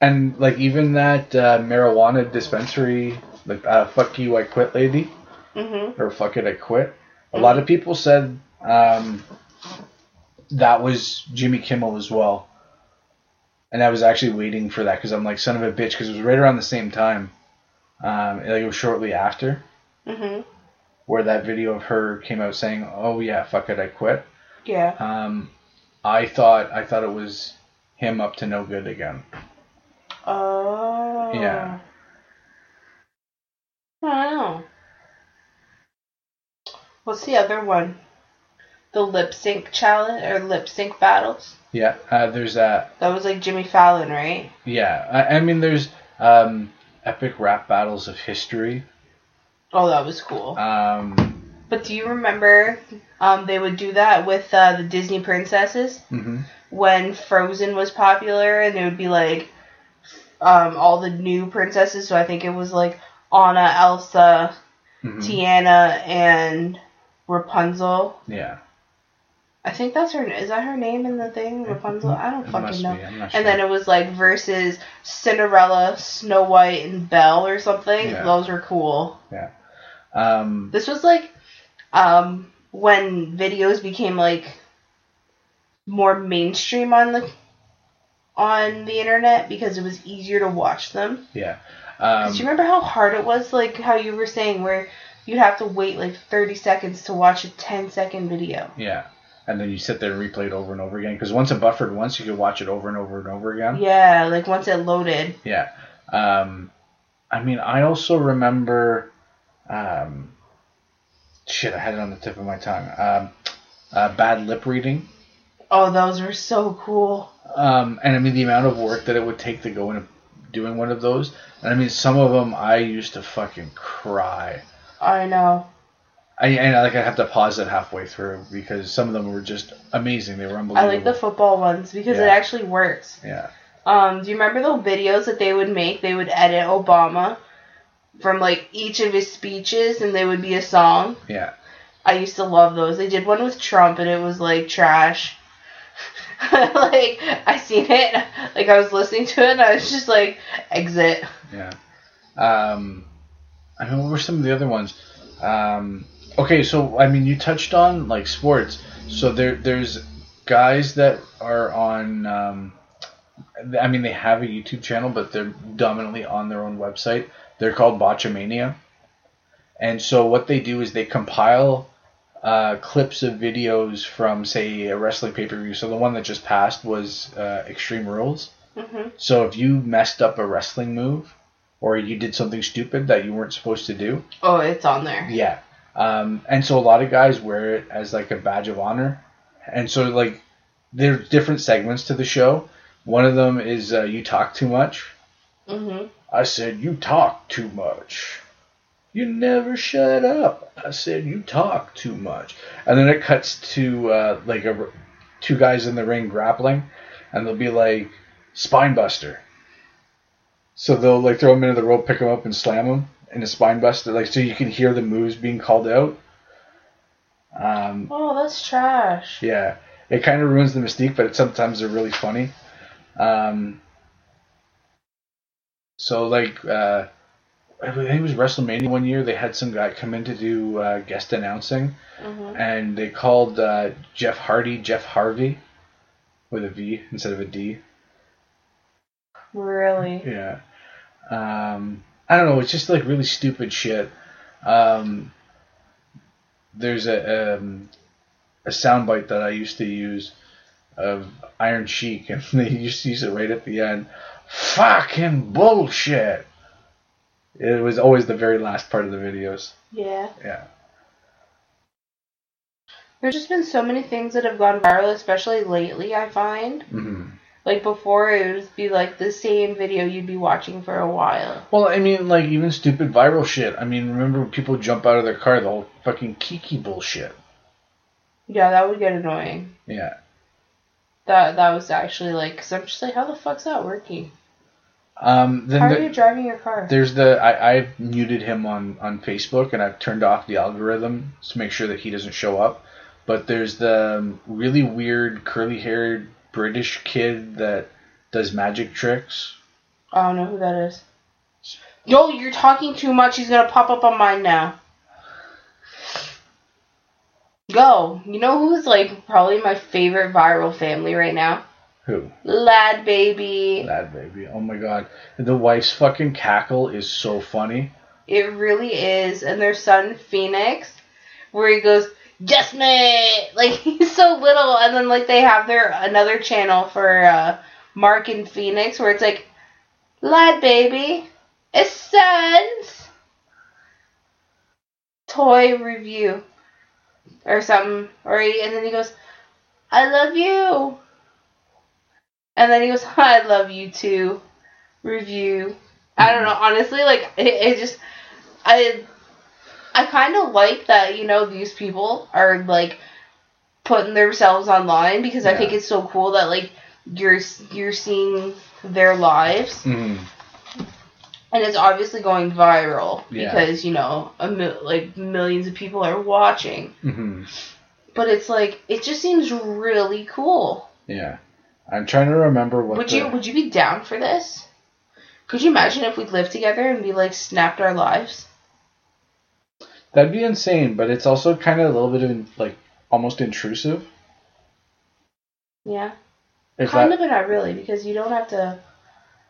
B: And like even that uh, marijuana dispensary, like uh, "fuck you, I quit" lady,
A: hmm
B: or "fuck it, I quit." A lot of people said um, that was Jimmy Kimmel as well, and I was actually waiting for that because I'm like son of a bitch because it was right around the same time, um, and, like it was shortly after
A: hmm
B: where that video of her came out saying, "Oh yeah, fuck it, I quit."
A: Yeah.
B: Um, I thought I thought it was him up to no good again.
A: Oh.
B: Yeah.
A: I don't know. What's the other one? The lip sync challenge or lip sync battles?
B: Yeah, uh, there's that.
A: That was like Jimmy Fallon, right?
B: Yeah, I, I mean, there's um, epic rap battles of history.
A: Oh, that was cool.
B: Um,
A: But do you remember um, they would do that with uh, the Disney princesses
B: mhm.
A: when Frozen was popular, and it would be like um, all the new princesses. So I think it was like Anna, Elsa, Mm-hmm.
B: Mhm.
A: Tiana, and Rapunzel.
B: Yeah,
A: I think that's her. Is that her name in the thing? Rapunzel? I don't
B: It
A: fucking
B: must
A: know.
B: be, I'm not
A: And then
B: sure.
A: it was like versus Cinderella, Snow White, and Belle or something.
B: Yeah.
A: Those were cool.
B: um,
A: This was like um, when videos became like more mainstream on the on the internet because it was easier to watch them.
B: yeah,
A: 'Cause
B: um,
A: do you remember how hard it was? Like how you were saying where you'd have to wait like 30 seconds to watch a 10 second video.
B: yeah. And then you sit there and replay it over and over again because once it buffered once, you could watch it over and over and over again.
A: Yeah, like once it loaded.
B: Yeah. Um, I mean, I also remember. Um, shit, I had it on the tip of my tongue. Um, uh, bad lip reading.
A: Oh, those were so cool.
B: Um, and I mean the amount of work that it would take to go into doing one of those. And I mean some of them I used to fucking cry.
A: I know.
B: I and like I'd have to pause it halfway through because some of them were just amazing. They were
A: I
B: unbelievable.
A: like the football ones because it
B: Yeah.
A: actually works.
B: yeah.
A: Um, do you remember the videos that they would make? They would edit Obama from like each of his speeches and they would be a song.
B: Yeah.
A: I used to love those. They did one with Trump and it was like trash. like I seen it, like I was listening to it and I was just like exit.
B: Yeah. Um, I mean, what were some of the other ones? Um, okay, so I mean, you touched on like sports. So there, there's guys that are on. Um, I mean, they have a YouTube channel, but they're dominantly on their own website. They're called Botchamania, and so what they do is they compile uh, clips of videos from, say, a wrestling pay per view. So the one that just passed was uh, Extreme Rules.
A: hmm
B: So if you messed up a wrestling move, or you did something stupid that you weren't supposed to do.
A: Oh, it's on there.
B: Yeah. Um, and so a lot of guys wear it as like a badge of honor. And so like there's different segments to the show. One of them is uh, you talk too much.
A: hmm
B: I said you talk too much. You never shut up. I said you talk too much. And then it cuts to uh, like a r two guys in the ring grappling, and they'll be like spine buster. So they'll like throw him into the rope, pick him up, and slam him in a spine buster. Like so you can hear the moves being called out. Um,
A: Oh, that's trash.
B: yeah, it kind of ruins the mystique, but it, sometimes they're really funny. Um, so like, uh, I think it was WrestleMania one year. They had some guy come in to do uh, guest announcing,
A: hmm
B: and they called uh, Jeff Hardy Jeff Harvey with a V instead of a D.
A: Really.
B: Yeah. Um, I don't know. It's just like really stupid shit. Um, there's a um, a soundbite that I used to use of Iron Sheik, and they used to use it right at the end. Fucking bullshit. It was always the very last part of the videos.
A: Yeah.
B: Yeah.
A: There's just been so many things that have gone viral, especially lately, I find.
B: hmm
A: Like before, it would be like the same video you'd be watching for a while.
B: Well, I mean, like even stupid viral shit. I mean, remember when people jump out of their car? The whole fucking Kiki bullshit.
A: Yeah, that would get annoying.
B: Yeah.
A: That that was actually like, because I'm just like, how the fuck's that working?
B: Um, then
A: How
B: the-
A: are you driving your car?
B: There's the I, I've muted him on on Facebook and I've turned off the algorithm to make sure that he doesn't show up. But there's the um, really weird curly haired British kid that does magic tricks.
A: I don't know who that is. Yo, you're talking too much. He's gonna pop up on mine now. Go. You know who's like probably my favorite viral family right now?
B: Who?
A: Lad baby.
B: That baby. Oh my god. The wife's fucking cackle is so funny.
A: It really is. And their son Phoenix, where he goes, Yes mate like he's so little and then like they have their another channel for uh Mark and Phoenix where it's like Lad baby It sends toy review or something or he, and then he goes I love you and then he goes I love you too review I don't know honestly like it, it just I I kind of like that, you know, these people are like putting themselves online because I
B: Yeah.
A: think it's so cool that like you're you're seeing their lives
B: Mm.
A: and it's obviously going viral
B: Yeah.
A: because you know a mil- like millions of people are watching.
B: hmm
A: But it's like it just seems really cool.
B: Yeah. I'm trying to remember what.
A: would
B: the-
A: you would you be down for this? Could you imagine if we lived together and we like snapped our lives?
B: That'd be insane, but it's also kind of a little bit of like almost intrusive.
A: Yeah.
B: If
A: kind
B: that-
A: of, but not really, because you don't have to.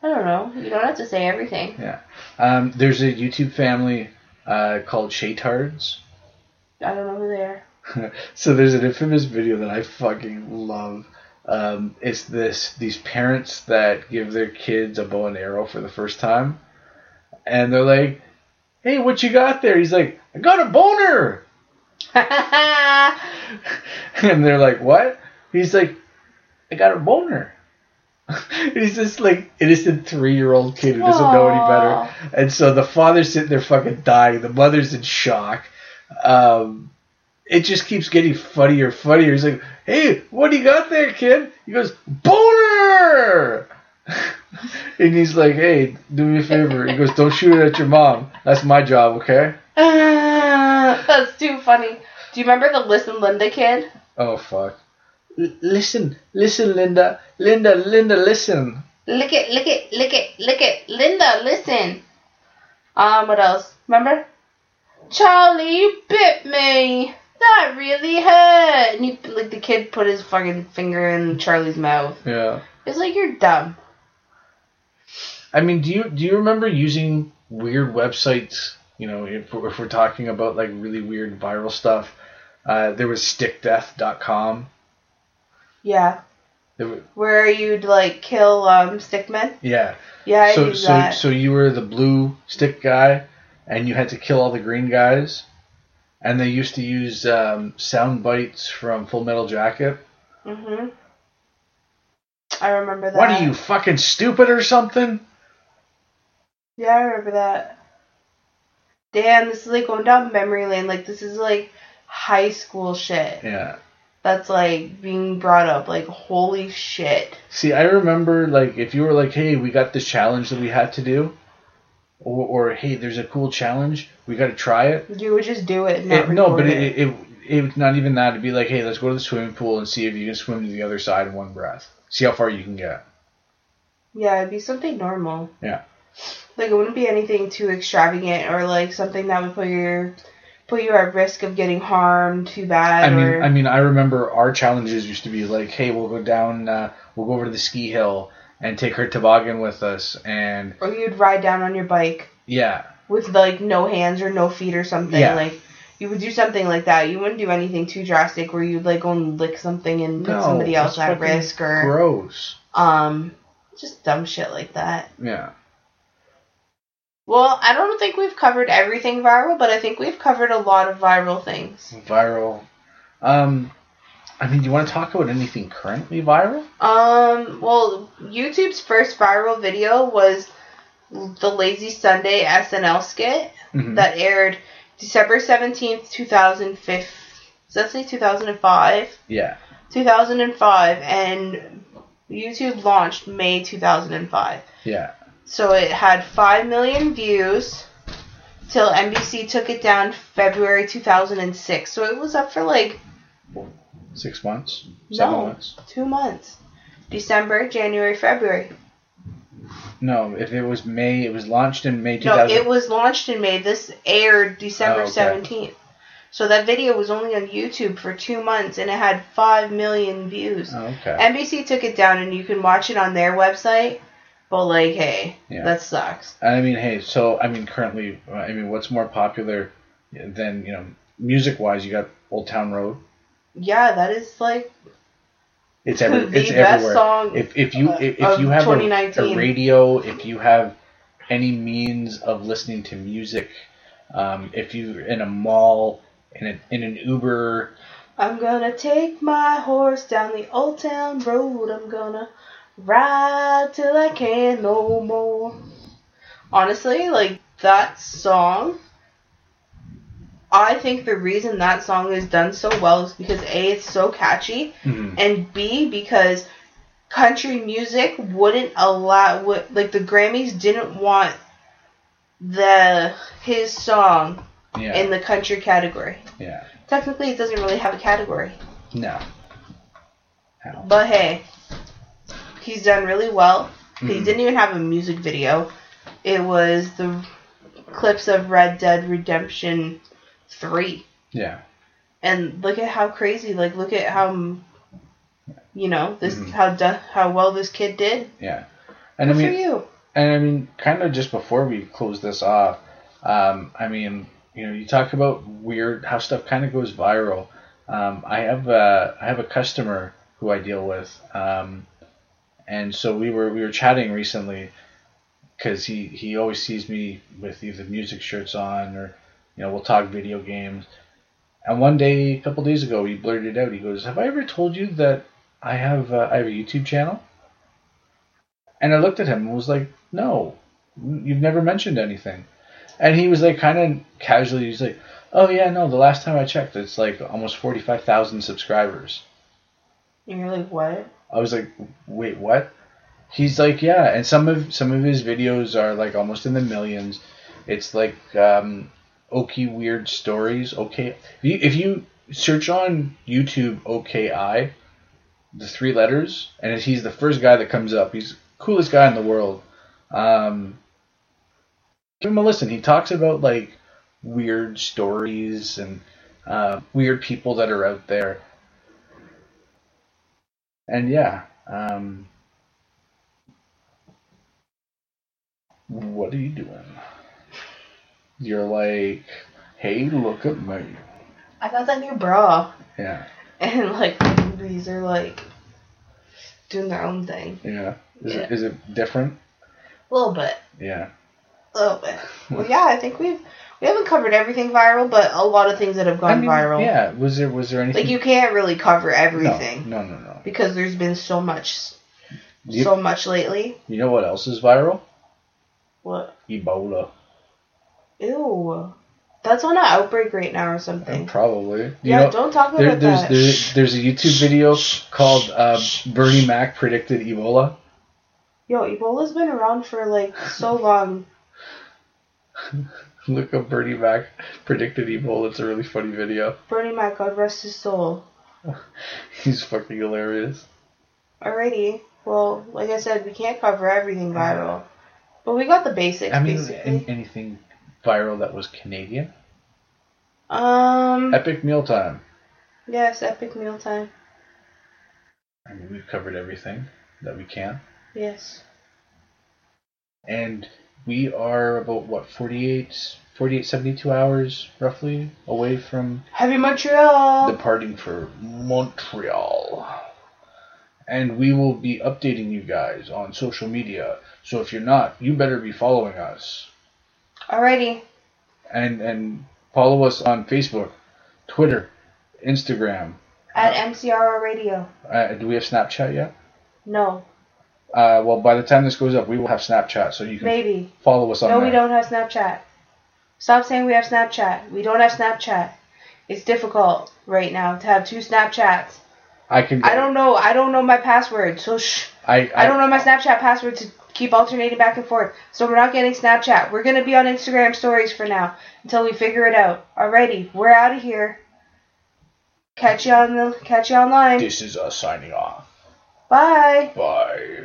A: I don't know. You don't have to say everything.
B: Yeah. Um, there's a YouTube family uh, called Shaytards.
A: I don't know who they are.
B: so there's an infamous video that I fucking love. Um, it's this these parents that give their kids a bow and arrow for the first time, and they're like, "Hey, what you got there?" He's like, "I got a boner," and they're like, "What?" He's like, "I got a boner." He's this like innocent three year old kid who doesn't know any better.
A: Aw.
B: And so the father's sitting there fucking dying. The mother's in shock. Um, it just keeps getting funnier, funnier. He's like, "Hey, what do you got there, kid?" He goes, "Boner." and he's like, "Hey, do me a favor." He goes, "Don't shoot it at your mom. That's my job, okay?"
A: Ah, That's too funny. Do you remember the Listen Linda kid?
B: Oh fuck. L- listen, listen, Linda, Linda, Linda, listen.
A: Lick it, lick it, lick it, lick it. Linda, listen. Um, what else? Remember? Charlie, you bit me. That really hurt. And you, like the kid put his fucking finger in Charlie's mouth.
B: Yeah.
A: It's like you're dumb.
B: I mean, do you do you remember using weird websites? You know, if we're, if we're talking about like really weird viral stuff, uh, there was StickDeath.com.
A: Yeah.
B: There were-
A: where you'd like kill um stickmen.
B: Yeah.
A: Yeah, I
B: so
A: do
B: so
A: that.
B: so you were the blue stick guy, and you had to kill all the green guys. And they used to use um, sound bites from Full Metal Jacket.
A: mhm. I remember that.
B: What are you fucking stupid or something?
A: Yeah, I remember that. Damn, this is like going down memory lane. Like this is like high school shit.
B: Yeah.
A: That's like being brought up. Like holy shit.
B: See, I remember like if you were like, "Hey, we got this challenge that we had to do," or, or "Hey, there's a cool challenge, we got to try it."
A: You would just do it. and
B: it
A: Not
B: no, but
A: record
B: it, it, it it's not even that. It'd be like, "Hey, let's go to the swimming pool and see if you can swim to the other side in one breath. See how far you can get."
A: yeah, it'd be something normal.
B: Yeah.
A: Like it wouldn't be anything too extravagant or like something that would put your put you at risk of getting harmed too bad
B: I
A: or
B: mean, I mean, I remember our challenges used to be like, "Hey, we'll go down, uh, we'll go over to the ski hill and take her toboggan with us," and
A: or you'd ride down on your bike
B: yeah,
A: with like no hands or no feet or something.
B: Yeah.
A: Like you would do something like that. You wouldn't do anything too drastic where you'd like go and lick something and put
B: No,
A: somebody else
B: that's
A: at
B: fucking
A: risk or
B: gross.
A: um just dumb shit like that.
B: Yeah,
A: Well, I don't think we've covered everything viral, but I think we've covered a lot of viral things.
B: viral. Um, I mean, do you want to talk about anything currently viral?
A: Um, well, YouTube's first viral video was the Lazy Sunday SNL skit
B: Mhm.
A: that aired December 17th, 2005. Does that say 2005?
B: yeah,
A: 2005 and YouTube launched May 2005.
B: yeah.
A: So it had 5 million views till NBC took it down February 2006. So it was up for like
B: Six months, seven
A: no,
B: months.
A: 2 months. December, January, February.
B: No, if it was May, it was launched in May two
A: No,
B: thousand.
A: it was launched in May. This aired December
B: Oh, okay.
A: 17th. So that video was only on YouTube for 2 months and it had 5 million views.
B: oh, okay.
A: NBC took it down and you can watch it on their website. But like, hey,
B: Yeah.
A: that sucks.
B: I mean, hey, so I mean, currently, uh, I mean, what's more popular than you know, music-wise? You got Old Town Road.
A: Yeah, that is like
B: It's every,
A: The
B: it's
A: best
B: everywhere.
A: song
B: if if you
A: of-
B: if, if
A: of
B: you have a,
A: 2019.
B: a radio, if you have any means of listening to music, um, if you're in a mall, in a, in an Uber,
A: I'm gonna take my horse down the old town road. I'm gonna ride till I can no more. Honestly, like that song, I think the reason that song is done so well is because A, it's so catchy, and B, because country music wouldn't allow, would, like the Grammys didn't want the his song
B: yeah,
A: in the country category.
B: yeah,
A: Technically, it doesn't really have a category.
B: no, Ow.
A: But hey, he's done really well. He
B: Mhm.
A: didn't even have a music video. It was the clips of Red Dead Redemption 3.
B: yeah,
A: And look at how crazy, like look at how mm, you know, this
B: Mhm.
A: how do- how well this kid did.
B: yeah,
A: Good
B: and I mean,
A: for you.
B: And I mean, kind of just before we close this off, um, I mean, you know, you talk about weird how stuff kind of goes viral. Um, I have a, I have a customer who I deal with, um, and so we were we were chatting recently because he he always sees me with either music shirts on or you know we'll talk video games. And one day, a couple days ago, he blurted out, he goes, "Have I ever told you that I have uh, I have a YouTube channel?" And I looked at him and was like, "No, you've never mentioned anything." And he was like, kind of casually, he's like, "Oh yeah, no. The last time I checked, it's like almost forty-five thousand subscribers."
A: And you're like, what?
B: I was like, "Wait, what?" He's like, "Yeah." And some of some of his videos are like almost in the millions. It's like um, Oki weird stories. Okay, if you, if you search on YouTube, OKI, the three letters, and he's the first guy that comes up. He's the coolest guy in the world. Um, give him a listen. He talks about like weird stories and uh, weird people that are out there. And yeah, um, what are you doing? You're like, hey, look at me.
A: I got that new bra.
B: Yeah,
A: And like these are like doing their own thing.
B: Yeah. Is, It,
A: Yeah.
B: is it different?
A: A little bit.
B: Yeah.
A: A little bit. Well, yeah, I think we've we haven't covered everything viral, but a lot of things that have
B: I
A: gone
B: mean,
A: viral.
B: Yeah. Was there was there anything?
A: Like you can't really cover everything
B: No, no, no. no.
A: because there's been so much,
B: You,
A: so much lately.
B: you know what else is viral?
A: What?
B: Ebola.
A: Ew. That's on an outbreak right now or something.
B: Probably. You
A: yeah,
B: know,
A: don't talk about
B: there, there's
A: that.
B: there's there's a YouTube video called uh, Bernie Mac predicted Ebola.
A: Yo, Ebola's been around for like so long.
B: Look up Bernie Mac predicted Ebola. It's a really funny video.
A: Bernie Mac, God rest his soul.
B: He's fucking hilarious.
A: Alrighty. Well, like I said, we can't cover everything viral, but we got the basics
B: I mean,
A: basically.
B: an- anything viral that was Canadian?
A: um.
B: Epic Mealtime.
A: yes, epic mealtime.
B: I mean, we've covered everything that we can.
A: Yes.
B: And we are about, what, 48, 48 72 hours roughly away from
A: Heavy Montreal.
B: departing for Montreal. And we will be updating you guys on social media. So if you're not, you better be following us.
A: Alrighty.
B: And, and follow us on Facebook, Twitter, Instagram.
A: At MCR Radio.
B: Uh, do we have Snapchat yet?
A: No,
B: Uh, well, by the time this goes up, we will have Snapchat, so you can
A: maybe.
B: follow us on
A: No,
B: there.
A: we don't have Snapchat. Stop saying we have Snapchat. We don't have Snapchat. It's difficult right now to have two Snapchats.
B: I can.
A: I don't know. I don't know my password. So shh.
B: I, I,
A: I don't know my Snapchat password to keep alternating back and forth. So we're not getting Snapchat. We're gonna be on Instagram stories for now until we figure it out. Alrighty, we're out of here. Catch you on the catch you online.
B: This is us signing off.
A: Bye.
B: Bye.